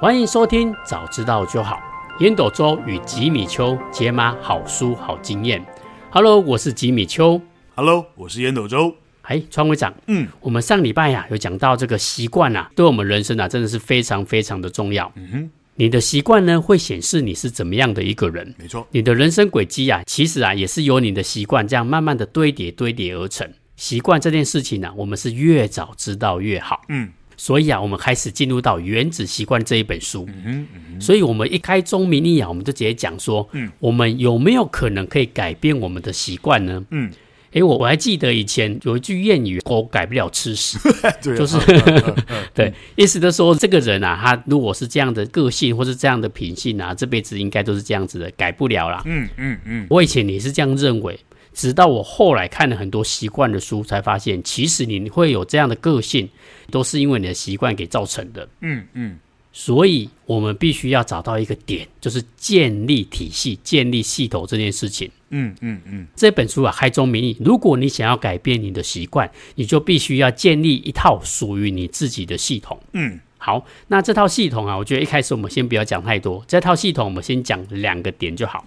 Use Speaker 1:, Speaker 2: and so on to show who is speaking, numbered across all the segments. Speaker 1: 欢迎收听《早知道就好》，烟斗周与吉米秋解码好书好经验。Hello，我是吉米秋。
Speaker 2: Hello，我是烟斗周。
Speaker 1: 哎，川会长，
Speaker 2: 嗯，
Speaker 1: 我们上礼拜呀、有讲到这个习惯啊，对我们人生啊真的是非常非常的重要。
Speaker 2: 嗯哼，
Speaker 1: 你的习惯呢，会显示你是怎么样的一个人。
Speaker 2: 没错，
Speaker 1: 你的人生轨迹啊，其实啊也是由你的习惯这样慢慢的堆叠堆叠而成。习惯这件事情呢、我们是越早知道越好。
Speaker 2: 嗯
Speaker 1: 所以啊，我们开始进入到《原子习惯》这一本书。
Speaker 2: 嗯哼嗯哼，
Speaker 1: 所以，我们一开宗明义啊，我们就直接讲说，
Speaker 2: 嗯，
Speaker 1: 我们有没有可能可以改变我们的习惯呢？
Speaker 2: 嗯，
Speaker 1: 诶，我我还记得以前有一句谚语，狗改不了吃屎，
Speaker 2: 对啊，
Speaker 1: 就是
Speaker 2: 嗯嗯嗯
Speaker 1: 对，意思就是说，这个人啊，他如果是这样的个性或是这样的品性啊，这辈子应该都是这样子的，改不了啦。
Speaker 2: 嗯嗯嗯
Speaker 1: 我以前也是这样认为，直到我后来看了很多习惯的书，才发现，其实你会有这样的个性，都是因为你的习惯给造成的。
Speaker 2: 嗯嗯
Speaker 1: 所以我们必须要找到一个点，就是建立体系、建立系统这件事情。
Speaker 2: 嗯嗯嗯
Speaker 1: 这本书啊，开宗明义，如果你想要改变你的习惯，你就必须要建立一套属于你自己的系统。
Speaker 2: 嗯
Speaker 1: 好，那这套系统啊，我觉得一开始我们先不要讲太多，这套系统我们先讲两个点就好。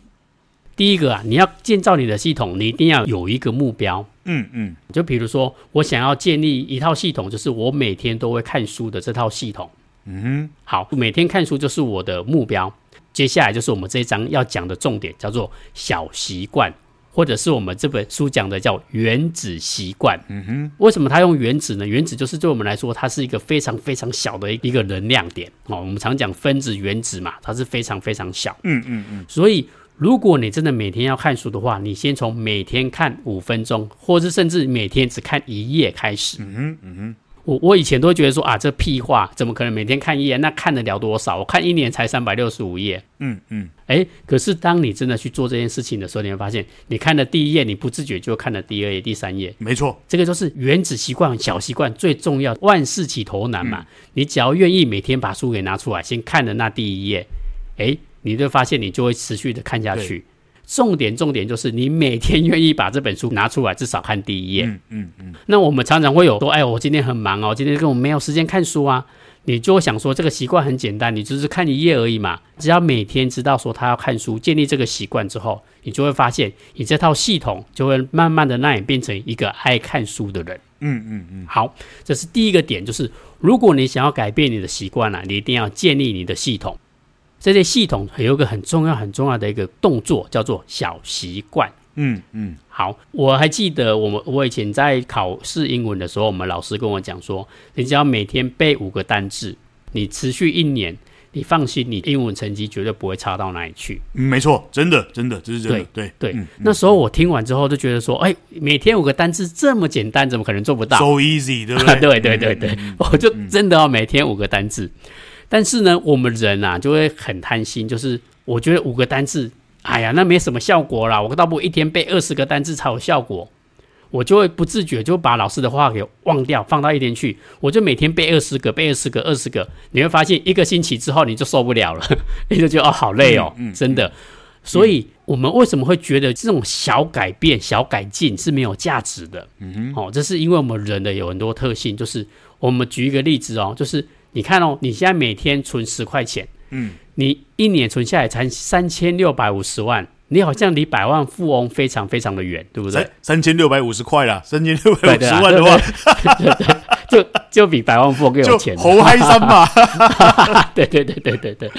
Speaker 1: 第一个啊，你要建造你的系统，你一定要有一个目标。
Speaker 2: 嗯嗯
Speaker 1: 就比如说，我想要建立一套系统，就是我每天都会看书的这套系统。
Speaker 2: 嗯哼，
Speaker 1: 好，每天看书就是我的目标。接下来就是我们这一章要讲的重点，叫做小习惯，或者是我们这本书讲的叫原子习惯。
Speaker 2: 嗯哼，
Speaker 1: 为什么它用原子呢？原子就是对我们来说，它是一个非常非常小的一个能量点哦。我们常讲分子、原子嘛，它是非常非常小。
Speaker 2: 嗯嗯嗯
Speaker 1: 所以，如果你真的每天要看书的话，你先从每天看五分钟，或是甚至每天只看一页开始。
Speaker 2: 嗯哼嗯哼，
Speaker 1: 我我以前都会觉得说啊，这屁话，怎么可能每天看一页？那看得了多少？我看一年才三百六十五页。
Speaker 2: 嗯嗯
Speaker 1: 哎，可是当你真的去做这件事情的时候，你会发现，你看了第一页，你不自觉就看了第二页、第三页。
Speaker 2: 没错，
Speaker 1: 这个就是原子习惯、小习惯最重要，万事起头难嘛。你只要愿意每天把书给拿出来，先看了那第一页，哎，你就发现你就会持续的看下去。重点重点就是你每天愿意把这本书拿出来，至少看第一页。
Speaker 2: 嗯嗯嗯
Speaker 1: 那我们常常会有说，哎，我今天很忙哦，今天根本没有时间看书啊。你就会想说，这个习惯很简单，你就是看一页而已嘛。只要每天知道说他要看书，建立这个习惯之后，你就会发现，你这套系统就会慢慢的让你变成一个爱看书的人。
Speaker 2: 嗯嗯嗯，
Speaker 1: 好，这是第一个点，就是如果你想要改变你的习惯啊，你一定要建立你的系统。这些系统有一个很重要、很重要的一个动作，叫做小习惯。
Speaker 2: 嗯嗯
Speaker 1: 好，我还记得我们我以前在考试英文的时候，我们老师跟我讲说，你只要每天背五个单字，你持续一年，你放心，你英文成绩绝对不会差到哪里去。
Speaker 2: 嗯，没错，真的真的，这是真的，对
Speaker 1: 对，
Speaker 2: 嗯
Speaker 1: 那时候我听完之后就觉得说，哎，每天五个单字这么简单，怎么可能做不到？
Speaker 2: ，so easy，对不
Speaker 1: 啊，
Speaker 2: 对？嗯
Speaker 1: 对对对对，我就真的要每天五个单字。但是呢，我们人啊就会很贪心，就是我觉得五个单字，哎呀，那没什么效果啦，我倒不如一天背二十个单字才有效果。我就会不自觉就把老师的话给忘掉，放到一边去。我就每天背二十个，背二十个，二十个。你会发现，一个星期之后你就受不了了，你就觉得哦，好累哦，
Speaker 2: 嗯
Speaker 1: 真的。所以，我们为什么会觉得这种小改变、小改进是没有价值的？
Speaker 2: 嗯
Speaker 1: 哦，这是因为我们人的有很多特性，就是我们举一个例子哦，就是你看哦，你现在每天存十块钱，
Speaker 2: 嗯，
Speaker 1: 你一年存下来才三千六百五十万，你好像离百万富翁非常非常的远，对不对
Speaker 2: 三？三千六百五十块啦，三千六百
Speaker 1: 对对
Speaker 2: 五十
Speaker 1: 啊
Speaker 2: 万的话，
Speaker 1: 就就比百万富翁更有
Speaker 2: 就
Speaker 1: 钱，
Speaker 2: 猴嗨三吧。
Speaker 1: 对对对对对对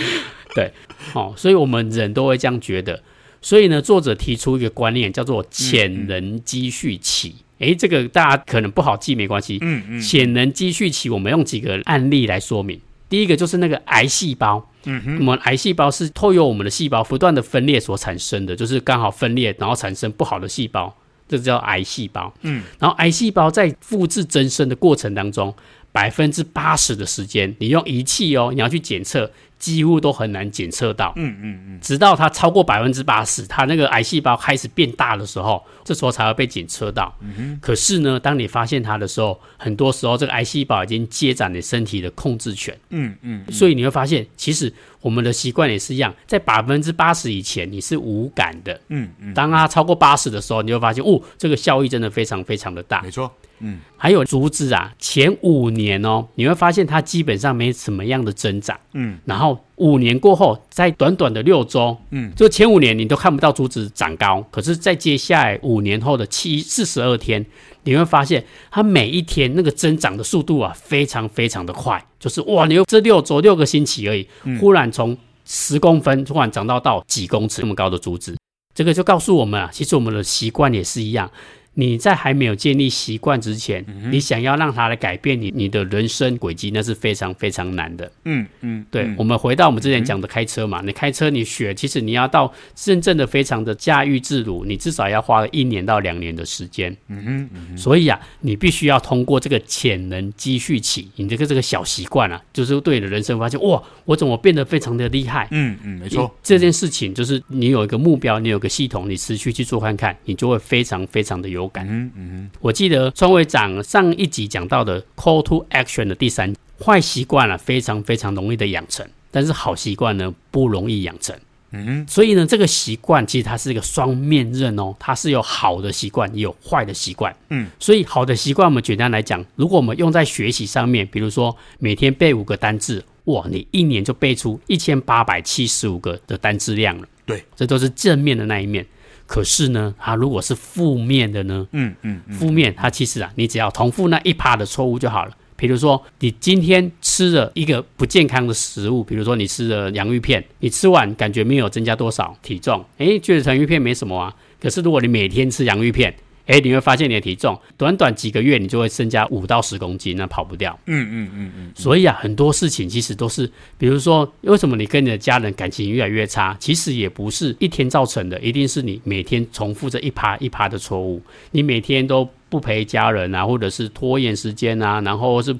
Speaker 1: 对，哦，所以我们人都会这样觉得。所以呢，作者提出一个观念，叫做潜能积蓄期。诶，这个大家可能不好记，没关系。
Speaker 2: 嗯嗯
Speaker 1: 潜能积蓄期，我们用几个案例来说明。第一个就是那个癌细胞，
Speaker 2: 嗯
Speaker 1: 我们癌细胞是透由我们的细胞不断的分裂所产生的，就是刚好分裂，然后产生不好的细胞，这叫癌细胞。
Speaker 2: 嗯，
Speaker 1: 然后癌细胞在复制增生的过程当中，百分之八十的时间，你用仪器哦，你要去检测，几乎都很难检测到。
Speaker 2: 嗯嗯嗯，
Speaker 1: 直到它超过百分之八十，它那个癌细胞开始变大的时候，这时候才会被检测到。
Speaker 2: 嗯
Speaker 1: 可是呢，当你发现它的时候，很多时候这个癌细胞已经接掌你身体的控制权。
Speaker 2: 嗯嗯，
Speaker 1: 所以你会发现，其实我们的习惯也是一样，在百分之八十以前你是无感的，
Speaker 2: 嗯嗯，
Speaker 1: 当它超过八十的时候，你会发现，哦，这个效益真的非常非常的大。
Speaker 2: 没错，
Speaker 1: 嗯，还有竹子啊，前五年哦，你会发现它基本上没什么样的增长，
Speaker 2: 嗯，
Speaker 1: 然后五年过后，在短短的六周，
Speaker 2: 嗯，
Speaker 1: 就前五年你都看不到竹子长高，可是，在接下来五年后的七四十二天，你会发现它每一天那个增长的速度啊，非常非常的快，就是哇，你这六周六个星期而已，忽然从十公分突然长到到几公尺那么高的竹子，这个就告诉我们啊，其实我们的习惯也是一样。你在还没有建立习惯之前，你想要让它来改变你你的人生轨迹，那是非常非常难的。
Speaker 2: 嗯嗯，
Speaker 1: 对，
Speaker 2: 嗯
Speaker 1: 我们回到我们之前讲的开车嘛，你开车你学，其实你要到真正的非常的驾驭自如，你至少要花一年到两年的时间。嗯哼，所以啊，你必须要通过这个潜能积蓄起，你这个这个小习惯啊，就是对你的人生发现，哇，我怎么变得非常的厉害？
Speaker 2: 嗯嗯，没错，
Speaker 1: 这件事情就是你有一个目标，你有个系统，你持续去做看看，你就会非常非常的有感。
Speaker 2: 嗯嗯
Speaker 1: 我记得川会长上一集讲到的 call to action 的第三坏习惯啊，非常非常容易的养成，但是好习惯呢不容易养成。
Speaker 2: 嗯
Speaker 1: 所以呢，这个习惯其实它是一个双面刃哦，它是有好的习惯，也有坏的习惯。
Speaker 2: 嗯，
Speaker 1: 所以好的习惯，我们简单来讲，如果我们用在学习上面，比如说每天背五个单字，哇，你一年就背出一千八百七十五个的单字量了。
Speaker 2: 对，
Speaker 1: 这都是正面的那一面。可是呢，它如果是负面的呢，
Speaker 2: 嗯嗯嗯，
Speaker 1: 负面，它其实啊，你只要重复那一趴的错误就好了。比如说，你今天吃了一个不健康的食物，比如说你吃了洋芋片，你吃完感觉没有增加多少体重，诶，觉得洋芋片没什么啊。可是如果你每天吃洋芋片，诶，你会发现你的体重短短几个月，你就会增加五到十公斤，那跑不掉。
Speaker 2: 嗯嗯嗯嗯，
Speaker 1: 所以啊，很多事情其实都是，比如说，为什么你跟你的家人感情越来越差，其实也不是一天造成的，一定是你每天重复着一趴一趴的错误，你每天都不陪家人啊，或者是拖延时间啊，然后是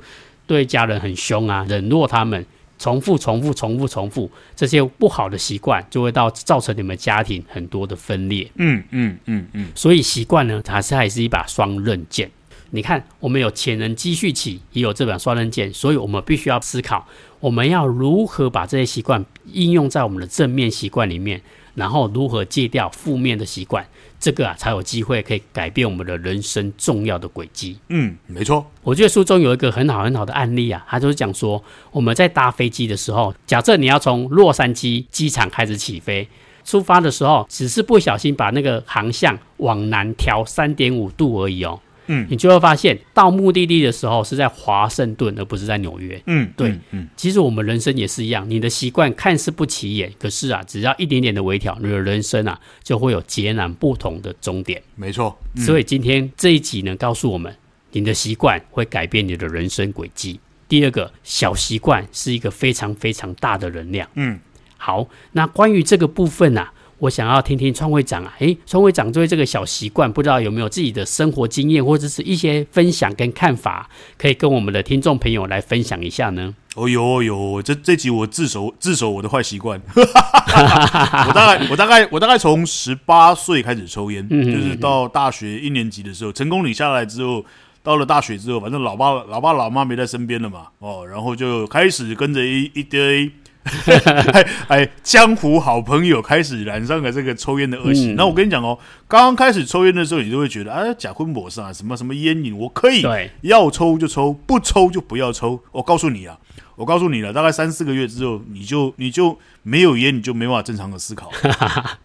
Speaker 1: 对家人很凶啊，冷落他们。重复、重复、重复、重复，这些不好的习惯就会到造成你们家庭很多的分裂。
Speaker 2: 嗯嗯嗯嗯，
Speaker 1: 所以习惯呢，它是还是一把双刃剑。你看，我们有潜能积蓄起，也有这把双刃剑，所以我们必须要思考，我们要如何把这些习惯应用在我们的正面习惯里面，然后如何戒掉负面的习惯，这个啊才有机会可以改变我们的人生重要的轨迹。
Speaker 2: 嗯，没错，
Speaker 1: 我觉得书中有一个很好很好的案例啊，他就是讲说，我们在搭飞机的时候，假设你要从洛杉矶机场开始起飞，出发的时候只是不小心把那个航向往南调三点五度而已哦，
Speaker 2: 嗯，
Speaker 1: 你就会发现到目的地的时候是在华盛顿，而不是在纽约。
Speaker 2: 嗯，
Speaker 1: 对
Speaker 2: 嗯，嗯
Speaker 1: 其实我们人生也是一样，你的习惯看似不起眼，可是啊，只要一点点的微调，你的人生啊就会有截然不同的终点。
Speaker 2: 没错，
Speaker 1: 所以今天这一集呢，告诉我们，你的习惯会改变你的人生轨迹。第二个，小习惯是一个非常非常大的能量。
Speaker 2: 嗯，
Speaker 1: 好，那关于这个部分啊，我想要听听创会长啊，诶，创会长对这个小习惯，不知道有没有自己的生活经验或者是一些分享跟看法，可以跟我们的听众朋友来分享一下呢？
Speaker 2: 哦有哦有哦，这这集我自首自首我的坏习惯，我大概我大概我大概从十八岁开始抽烟，就是到大学一年级的时候，成功领下来之后，到了大学之后，反正老爸老爸老妈没在身边了嘛，哦，然后就开始跟着一一堆。哎哎，江湖好朋友开始染上了这个抽烟的恶习。那、我跟你讲哦，刚刚开始抽烟的时候，你就会觉得，哎，甲坤博士啊，什么什么烟瘾，我可以
Speaker 1: 对
Speaker 2: 要抽就抽，不抽就不要抽。我告诉你啊，我告诉你了，大概三四个月之后，你就你就没有烟，你就没办法正常的思考，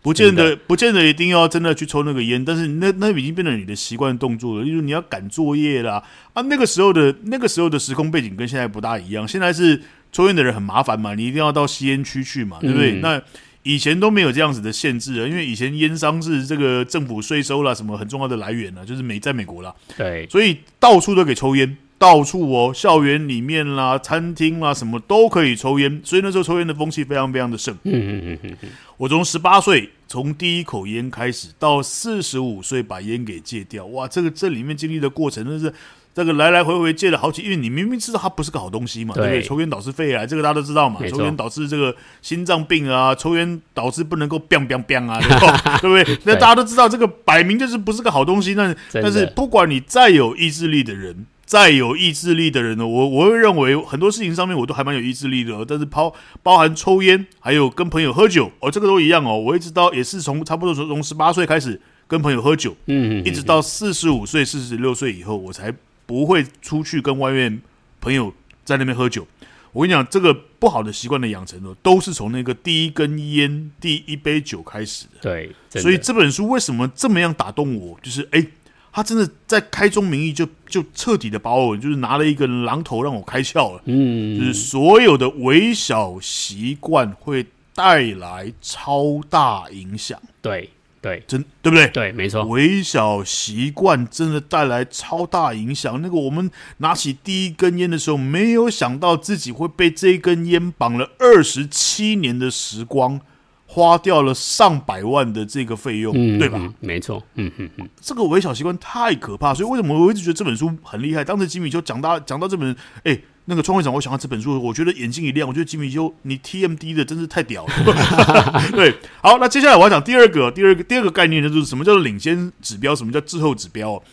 Speaker 2: 不见得不见得一定要真的去抽那个烟，但是那那已经变成你的习惯动作了。例如你要赶作业啦，啊，那个时候的那个时候的时空背景跟现在不大一样，现在是抽烟的人很麻烦嘛，你一定要到吸烟区去嘛，对不对？那以前都没有这样子的限制啊，因为以前烟商是这个政府税收啦，什么很重要的来源呢、啊就是美在美国啦，
Speaker 1: 对，
Speaker 2: 所以到处都可以抽烟，到处哦，校园里面啦、餐厅啦，什么都可以抽烟，所以那时候抽烟的风气非常非常的盛。
Speaker 1: 嗯嗯嗯嗯，
Speaker 2: 我从十八岁从第一口烟开始，到四十五岁把烟给戒掉，哇，这个这里面经历的过程真的是。这个来来回回戒了好几，因为你明明知道它不是个好东西嘛，
Speaker 1: 对
Speaker 2: 对不对？抽烟导致肺癌，这个大家都知道嘛。
Speaker 1: 没错
Speaker 2: 抽烟导致这个心脏病啊，抽烟导致不能够 biang biang biang 啊， 对吧对不对？那
Speaker 1: 对
Speaker 2: 大家都知道，这个摆明就是不是个好东西。那
Speaker 1: 真的
Speaker 2: 但是不管你再有意志力的人，再有意志力的人呢，我我会认为很多事情上面我都还蛮有意志力的哦，但是包包含抽烟，还有跟朋友喝酒哦，这个都一样哦。我一直到也是从差不多从从十八岁开始。跟朋友喝酒，
Speaker 1: 嗯，嗯
Speaker 2: 一直到四十五岁、四十六岁以后，我才不会出去跟外面朋友在那边喝酒。我跟你讲，这个不好的习惯的养成哦，都是从那个第一根烟、第一杯酒开始的。
Speaker 1: 对，真的
Speaker 2: 所以这本书为什么这么样打动我？就是哎，他真的在开宗明义就就彻底的把我就是拿了一个榔头让我开窍了。
Speaker 1: 嗯，
Speaker 2: 就是所有的微小习惯会带来超大影响，
Speaker 1: 对对
Speaker 2: 真对不对？
Speaker 1: 对，没错，
Speaker 2: 微小习惯真的带来超大影响。那个我们拿起第一根烟的时候，没有想到自己会被这一根烟绑了二十七年的时光，花掉了上百万的这个费用，
Speaker 1: 嗯，
Speaker 2: 对吧？
Speaker 1: 嗯？没错，嗯嗯嗯，
Speaker 2: 这个微小习惯太可怕，所以为什么我一直觉得这本书很厉害？当时吉米就讲到讲到这本，哎、那个创会长，我想到这本书，我觉得眼睛一亮，我觉得吉米就你 TMD 的真是太屌了。 对，好，那接下来我要讲第二个，第二个第二个概念呢，就是什么叫做领先指标，什么叫滞后指标、哦。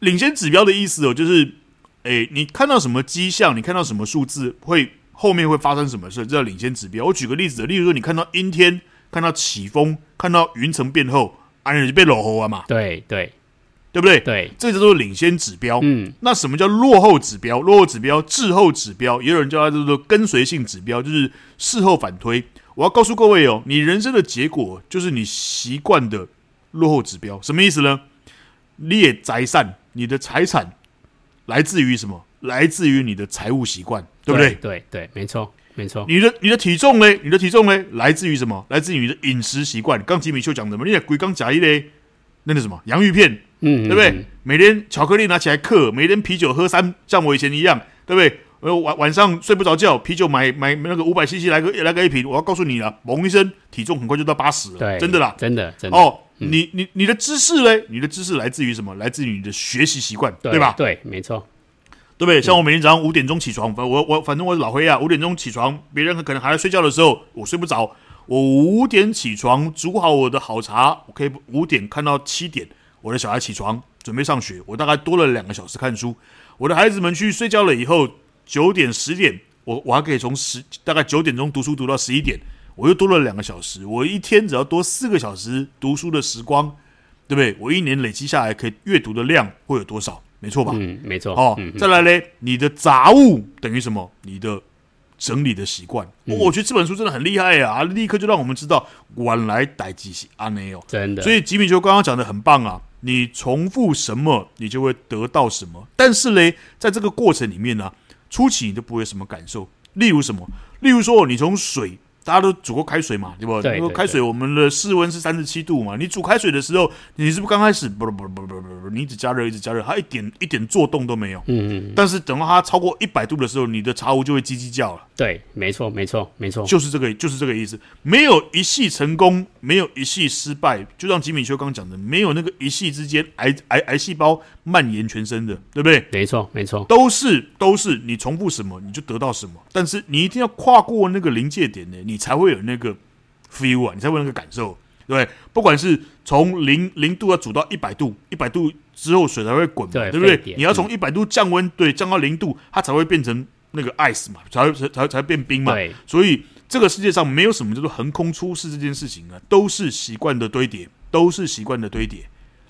Speaker 2: 领先指标的意思哦，就是哎、你看到什么迹象，你看到什么数字，会后面会发生什么事，这叫领先指标。我举个例子，例如说你看到阴天，看到起风，看到云层变厚，啊，你就被落后啊嘛，
Speaker 1: 对对
Speaker 2: 对不对？
Speaker 1: 对，
Speaker 2: 这叫做领先指标。
Speaker 1: 嗯，
Speaker 2: 那什么叫落后指标？落后指标、滞后指标，也有人叫它叫做跟随性指标，就是事后反推。我要告诉各位哦，你人生的结果就是你习惯的落后指标，什么意思呢？列财散，你的财产来自于什么？来自于你的财务习惯，对不对？
Speaker 1: 对对，没错没错，
Speaker 2: 你的你的体重嘞？你的体重嘞？来自于什么？来自于你的饮食习惯。刚吉米秀讲的嘛，你的龟刚甲一嘞，那个什么洋芋片，
Speaker 1: 嗯，
Speaker 2: 对不对？
Speaker 1: 嗯？
Speaker 2: 每天巧克力拿起来嗑，每天啤酒喝三，像我以前一样，对不对？呃，晚晚上睡不着觉，啤酒买买那个五百 CC 来个来个一瓶，我要告诉你了，嘣一声，体重很快就到八十了，
Speaker 1: 对，
Speaker 2: 真的啦。
Speaker 1: 真的真的，嗯
Speaker 2: 哦，你你你的知识嘞？你的知识来自于什么？来自于你的学习习惯，
Speaker 1: 对
Speaker 2: 吧？
Speaker 1: 对，没错，
Speaker 2: 对不对？像我每天早上五点钟起床，反我我反正我是老黑啊，五点钟起床，别人可能还在睡觉的时候，我睡不着，我五点起床，煮好我的好茶，我可以五点看到七点，我的小孩起床准备上学，我大概多了两个小时看书。我的孩子们去睡觉了以后，九点十点，我我还可以从十大概九点钟读书读到十一点，我又多了两个小时。我一天只要多四个小时读书的时光，对不对？我一年累积下来可以阅读的量会有多少？没错吧？
Speaker 1: 嗯，没错，
Speaker 2: 哦，
Speaker 1: 嗯，
Speaker 2: 再来嘞，你的杂物等于什么？你的整理的习惯、
Speaker 1: 嗯
Speaker 2: 哦我觉得这本书真的很厉害啊，立刻就让我们知道，晚来逮几是安内哦。
Speaker 1: 真的，
Speaker 2: 所以吉米球刚刚讲的很棒啊，你重复什么，你就会得到什么。但是嘞，在这个过程里面呢、啊初期你都不会有什么感受。例如什么？例如说，你从水，大家都煮过开水嘛，对吧？
Speaker 1: 对对
Speaker 2: 那个开水我们的室温是三十七度嘛，你煮开水的时候，你是不是刚开始不不不不不不，你一直加热一直加热，它一点一点做动都没有。
Speaker 1: 嗯嗯，
Speaker 2: 但是等到它超过一百度的时候，你的茶壶就会叽叽叫了。
Speaker 1: 对，没错没错没错，
Speaker 2: 就是这个，就是这个意思。没有一系成功，没有一系失败，就像吉米修刚讲的，没有那个一系之间癌癌癌细胞蔓延全身的，对不对？
Speaker 1: 没错没错，
Speaker 2: 都是都是你重复什么，你就得到什么。但是你一定要跨过那个临界点呢，你才会有那个 feel 啊，你才会有那个感受，对不对？不管是从零零度要煮到一百度，一百度之后水才会滚嘛，
Speaker 1: 对
Speaker 2: 对不对
Speaker 1: 沸？点嗯
Speaker 2: 你要从一百度降温，对，降到零度，它才会变成那个 ice 嘛，才会才才才变冰嘛。
Speaker 1: 对
Speaker 2: 所以这个世界上没有什么叫做横空出世这件事情啊，都是习惯的堆叠，都是习惯的堆叠，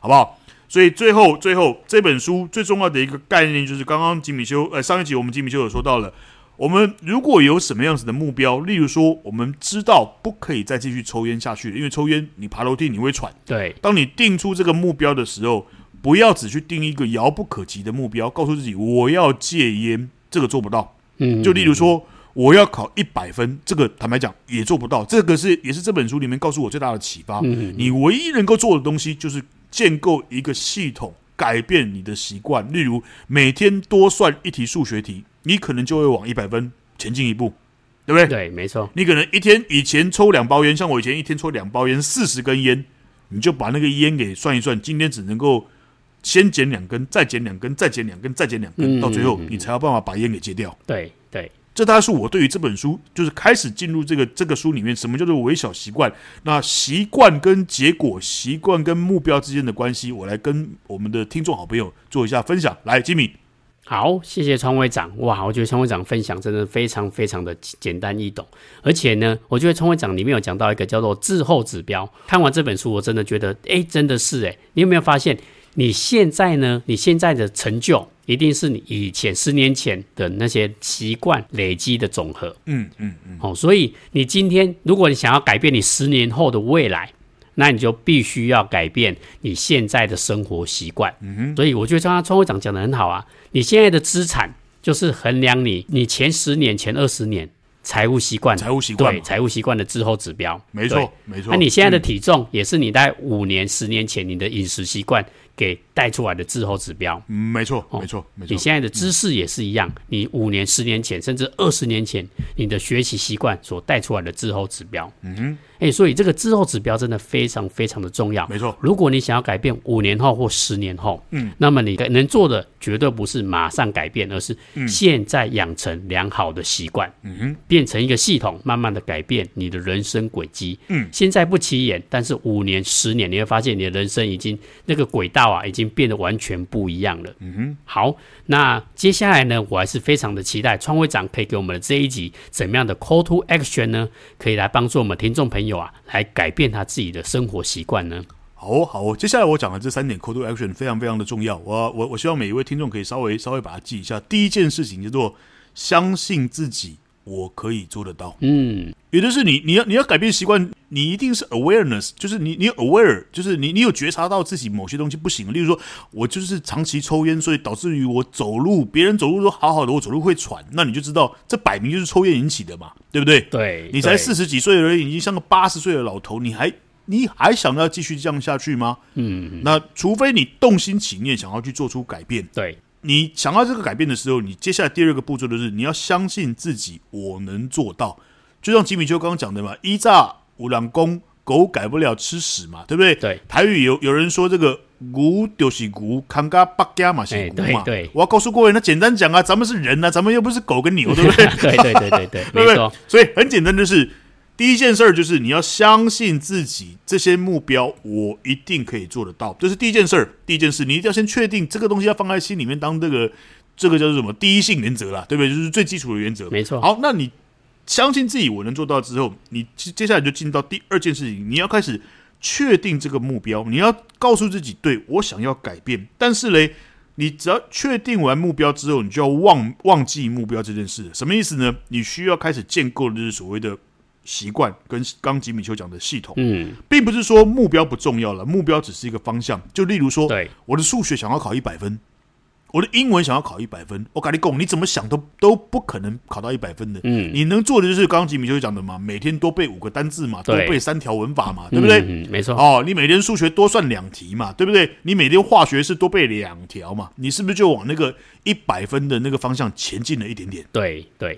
Speaker 2: 好不好？所以最后最后这本书最重要的一个概念就是刚刚吉米修呃上一集我们吉米修有说到了，我们如果有什么样子的目标，例如说我们知道不可以再继续抽烟下去了，因为抽烟你爬楼梯你会喘。
Speaker 1: 对
Speaker 2: 当你定出这个目标的时候，不要只去定一个遥不可及的目标，告诉自己我要戒烟，这个做不到。
Speaker 1: 嗯，
Speaker 2: 就例如说，我要考一百分，这个坦白讲也做不到。这个是也是这本书里面告诉我最大的启发。
Speaker 1: 嗯
Speaker 2: 你唯一能够做的东西就是建构一个系统，改变你的习惯。例如每天多算一题数学题，你可能就会往一百分前进一步，对不对？
Speaker 1: 对没错，
Speaker 2: 你可能一天以前抽两包烟，像我以前一天抽两包烟，四十根烟，你就把那个烟给算一算，今天只能够先减两根，再减两根，再减两根，再减两根，
Speaker 1: 嗯
Speaker 2: 到最后
Speaker 1: 嗯嗯
Speaker 2: 你才有办法把烟给戒掉。
Speaker 1: 对对
Speaker 2: 这大概是我对于这本书，就是开始进入这个这个书里面，什么叫做微小习惯？那习惯跟结果、习惯跟目标之间的关系，我来跟我们的听众好朋友做一下分享。来，吉米，
Speaker 1: 好，谢谢川会长。哇，我觉得川会长分享真的非常非常的简单易懂，而且呢，我觉得川会长里面有讲到一个叫做滞后指标。看完这本书，我真的觉得，哎，真的是哎，你有没有发现，你现在呢，你现在的成就，一定是你以前十年前的那些习惯累积的总和。
Speaker 2: 嗯嗯嗯，
Speaker 1: 哦，所以你今天，如果你想要改变你十年后的未来，那你就必须要改变你现在的生活习惯。嗯所以我觉得刚刚川会长讲的很好啊，你现在的资产就是衡量你你前十年、前二十年财务习惯的、
Speaker 2: 财务习惯
Speaker 1: 对
Speaker 2: 嘛
Speaker 1: 财务习惯的滞后指标。
Speaker 2: 没
Speaker 1: 对
Speaker 2: 错没错。
Speaker 1: 那你现在的
Speaker 2: 嗯
Speaker 1: 体重也是你在五年、十年前你的饮食习惯给带出来的滞后指标。
Speaker 2: 嗯没错
Speaker 1: 哦
Speaker 2: 没错没
Speaker 1: 你
Speaker 2: 错，
Speaker 1: 现在的知识也是一样，你五年、十年前，甚至二十年前，你的学习习惯所带出来的滞后指标。嗯哼，哎、所以这个滞后指标真的非常非常的重要。
Speaker 2: 没错。
Speaker 1: 如果你想要改变五年后或十年后，嗯，那么你能做的绝对不是马上改变，而是现在养成良好的习惯，嗯哼，变成一个系统，慢慢的改变你的人生轨迹。嗯，现在不起眼，但是五年、十年，你会发现你的人生已经那个轨道啊，已经变得完全不一样了。嗯哼，好，那接下来呢，我还是非常的期待川会长可以给我们的这一集怎么样的 call to action 呢？可以来帮助我们听众朋友啊，来改变他自己的生活习惯呢？
Speaker 2: 好哦，好哦，接下来我讲的这三点 call to action 非常非常的重要。我我我希望每一位听众可以稍微稍微把它记一下。第一件事情叫做相信自己，我可以做得到。
Speaker 1: 嗯。
Speaker 2: 也就是你你要你要改变习惯，你一定是 awareness，就是你你 aware，就是你你有觉察到自己某些东西不行。例如说，我就是长期抽烟，所以导致于我走路，别人走路都好好的，我走路会喘，那你就知道这摆明就是抽烟引起的嘛，对不对？
Speaker 1: 对，
Speaker 2: 你才
Speaker 1: 对
Speaker 2: 四，十几岁而已，已经像个八十岁的老头，你还你还想要继续这样下去吗？嗯，那除非你动心起念，想要去做出改变。
Speaker 1: 对，
Speaker 2: 你想要这个改变的时候，你接下来第二个步骤就是你要相信自己，我能做到。就像吉米秋刚刚讲的嘛，一炸五郎公，狗改不了吃屎嘛，对不对？
Speaker 1: 对，
Speaker 2: 台语有有人说这个“骨就是骨，康嘎八嘎嘛是骨嘛”
Speaker 1: 哎对对
Speaker 2: 我要告诉各位，那简单讲啊，咱们是人啊，咱们又不是狗跟牛， 对不对？
Speaker 1: 对对对对对，
Speaker 2: 对不
Speaker 1: 没
Speaker 2: 对
Speaker 1: 错，？
Speaker 2: 所以很简单，就是第一件事儿就是你要相信自己，这些目标我一定可以做得到，这是第一件事儿。第一件事，你一定要先确定这个东西要放在心里面当这个这个叫做什么第一性原则啦，对不对？就是最基础的原则。
Speaker 1: 没错
Speaker 2: 好，那你相信自己我能做到之后，你接接下来就进到第二件事情，你要开始确定这个目标，你要告诉自己，对我想要改变，但是嘞。你只要确定完目标之后，你就要忘忘记目标这件事了。什么意思呢？你需要开始建构的就是所谓的习惯，跟刚吉米丘讲的系统，
Speaker 1: 嗯，
Speaker 2: 并不是说目标不重要了，目标只是一个方向。就例如说，
Speaker 1: 对，
Speaker 2: 我的数学想要考一百分，我的英文想要考一百分，我跟你讲，你怎么想都都不可能考到一百分的。
Speaker 1: 嗯，
Speaker 2: 你能做的就是刚刚吉米丘讲的嘛，每天多背五个单字嘛，多
Speaker 1: 对
Speaker 2: 背三条文法嘛，对不对？
Speaker 1: 嗯，嗯没错，
Speaker 2: 哦，你每天数学多算两题嘛，对不对？你每天化学是多背两条嘛，你是不是就往那个一百分的那个方向前进了一点点，
Speaker 1: 对对，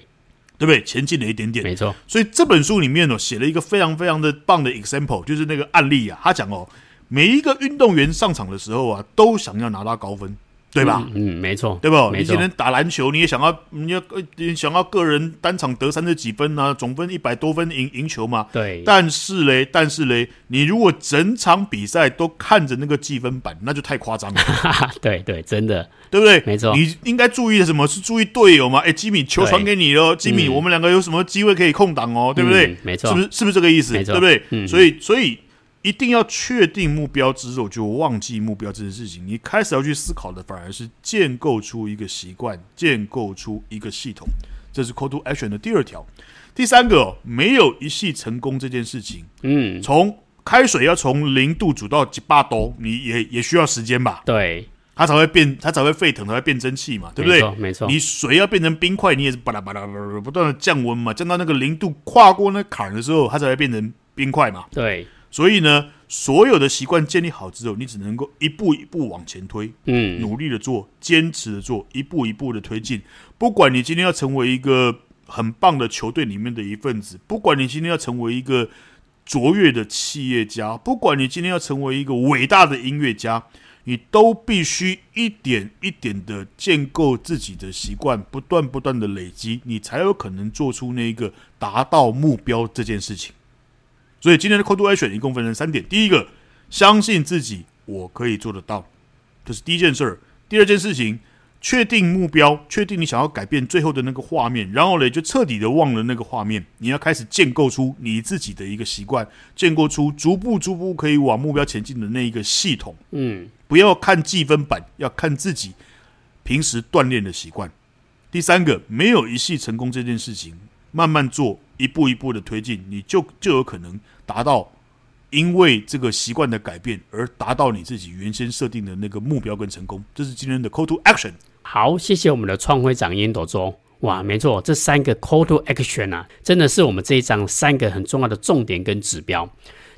Speaker 2: 对不对？前进了一点点。
Speaker 1: 没错，
Speaker 2: 所以这本书里面哦，写了一个非常非常的棒的 example，就是那个案例啊，他讲哦，每一个运动员上场的时候啊，都想要拿到高分，对吧？
Speaker 1: 嗯，嗯没错，
Speaker 2: 对吧？
Speaker 1: 没
Speaker 2: 你今
Speaker 1: 错，
Speaker 2: 天打篮球，你也想要，你要呃你想要个人单场得三十几分啊，总分一百多分赢赢球嘛，
Speaker 1: 对，
Speaker 2: 但是嘞，但是嘞，你如果整场比赛都看着那个计分板，那就太夸张了，
Speaker 1: 哈哈，对对，真的，
Speaker 2: 对不对？
Speaker 1: 没错
Speaker 2: 你应该注意的什么是注意队友嘛？哎，吉米，球
Speaker 1: 对
Speaker 2: 传给你了，吉米，
Speaker 1: 嗯
Speaker 2: 我们两个有什么机会可以空档哦？对不对
Speaker 1: 嗯？没错
Speaker 2: 是不是是不是这个意思？
Speaker 1: 没
Speaker 2: 对
Speaker 1: 错
Speaker 2: 不对？
Speaker 1: 嗯
Speaker 2: 所以所以一定要确定目标之后，就忘记目标这件事情。你开始要去思考的，反而是建构出一个习惯，建构出一个系统。这是 call to action 的第二条。第三个哦、没有一系成功这件事情，
Speaker 1: 嗯，
Speaker 2: 从开水要从零度煮到几把度，你也也需要时间吧，
Speaker 1: 对，
Speaker 2: 它才会变，它才会沸腾，才会变蒸汽嘛，对不
Speaker 1: 没
Speaker 2: 对
Speaker 1: 错？没错，
Speaker 2: 你水要变成冰块，你也是巴拉巴拉巴拉不断的降温嘛，降到那个零度，跨过那坎儿的时候，它才会变成冰块嘛。
Speaker 1: 对，
Speaker 2: 所以呢，所有的习惯建立好之后，你只能够一步一步往前推，
Speaker 1: 嗯，
Speaker 2: 努力的做，坚持的做，一步一步的推进。不管你今天要成为一个很棒的球队里面的一份子，不管你今天要成为一个卓越的企业家，不管你今天要成为一个伟大的音乐家，你都必须一点一点的建构自己的习惯，不断不断的累积，你才有可能做出那个达到目标这件事情。所以今天的 Code to Action 一共分成三点：第一个，相信自己，我可以做得到，这是第一件事儿；第二件事情，确定目标，确定你想要改变最后的那个画面，然后嘞就彻底的忘了那个画面。你要开始建构出你自己的一个习惯，建构出逐步逐步可以往目标前进的那一个系统。
Speaker 1: 嗯，
Speaker 2: 不要看计分板，要看自己平时锻炼的习惯。第三个，没有一系成功这件事情，慢慢做，一步一步的推进，你就就有可能达到，因为这个习惯的改变而达到你自己原先设定的那个目标跟成功。这是今天的 Call to Action。
Speaker 1: 好，谢谢我们的创会长烟斗周。哇，没错，这三个 call to action 啊，真的是我们这一章三个很重要的重点跟指标。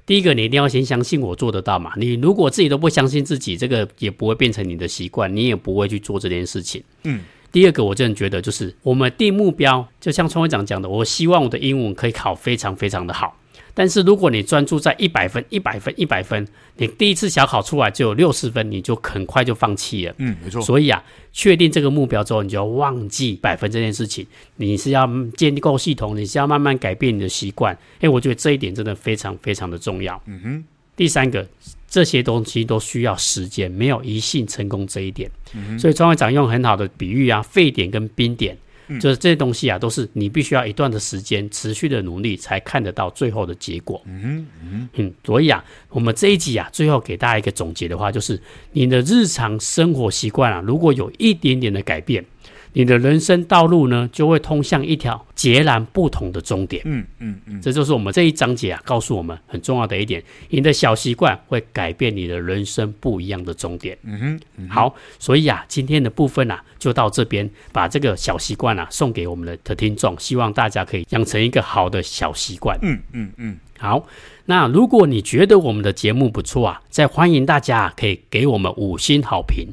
Speaker 1: 第一个，你一定要先相信我做得到嘛。你如果自己都不相信自己，这个也不会变成你的习惯，你也不会去做这件事情。
Speaker 2: 嗯。
Speaker 1: 第二个，我真的觉得就是我们定目标，就像创会长讲的，我希望我的英文可以考非常非常的好。但是如果你专注在一百分、一百分、一百分，你第一次小考出来就有六十分，你就很快就放弃了。
Speaker 2: 嗯，没错。
Speaker 1: 所以啊，确定这个目标之后，你就要忘记百分这件事情。你是要建构系统，你是要慢慢改变你的习惯。诶，我觉得这一点真的非常非常的重要。
Speaker 2: 嗯哼，
Speaker 1: 第三个，这些东西都需要时间，没有一性成功这一点。
Speaker 2: 嗯
Speaker 1: 所以，庄会长用很好的比喻啊，沸点跟冰点，
Speaker 2: 嗯
Speaker 1: 就是这些东西啊，都是你必须要一段的时间持续的努力，才看得到最后的结果。
Speaker 2: 嗯哼，
Speaker 1: 嗯，所以啊，我们这一集啊，最后给大家一个总结的话，就是你的日常生活习惯啊，如果有一点点的改变，你的人生道路呢，就会通向一条截然不同的终点。
Speaker 2: 嗯嗯嗯，
Speaker 1: 这就是我们这一章节啊，告诉我们很重要的一点：你的小习惯会改变你的人生不一样的终点。
Speaker 2: 嗯哼，
Speaker 1: 好，所以啊，今天的部分啊，就到这边，把这个小习惯啊送给我们的的听众，希望大家可以养成一个好的小习惯。
Speaker 2: 嗯嗯嗯，
Speaker 1: 好，那如果你觉得我们的节目不错啊，再欢迎大家啊可以给我们五星好评。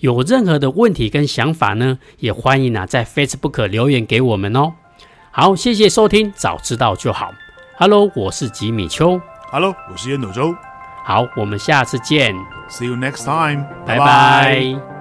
Speaker 1: 有任何的问题跟想法呢，也欢迎啊在 Facebook 留言给我们哦。好，谢谢收听，早知道就好。Hello，我是吉米秋。
Speaker 2: Hello，我是烟斗周
Speaker 1: 好，我们下次见，
Speaker 2: ，See you next time，
Speaker 1: 拜拜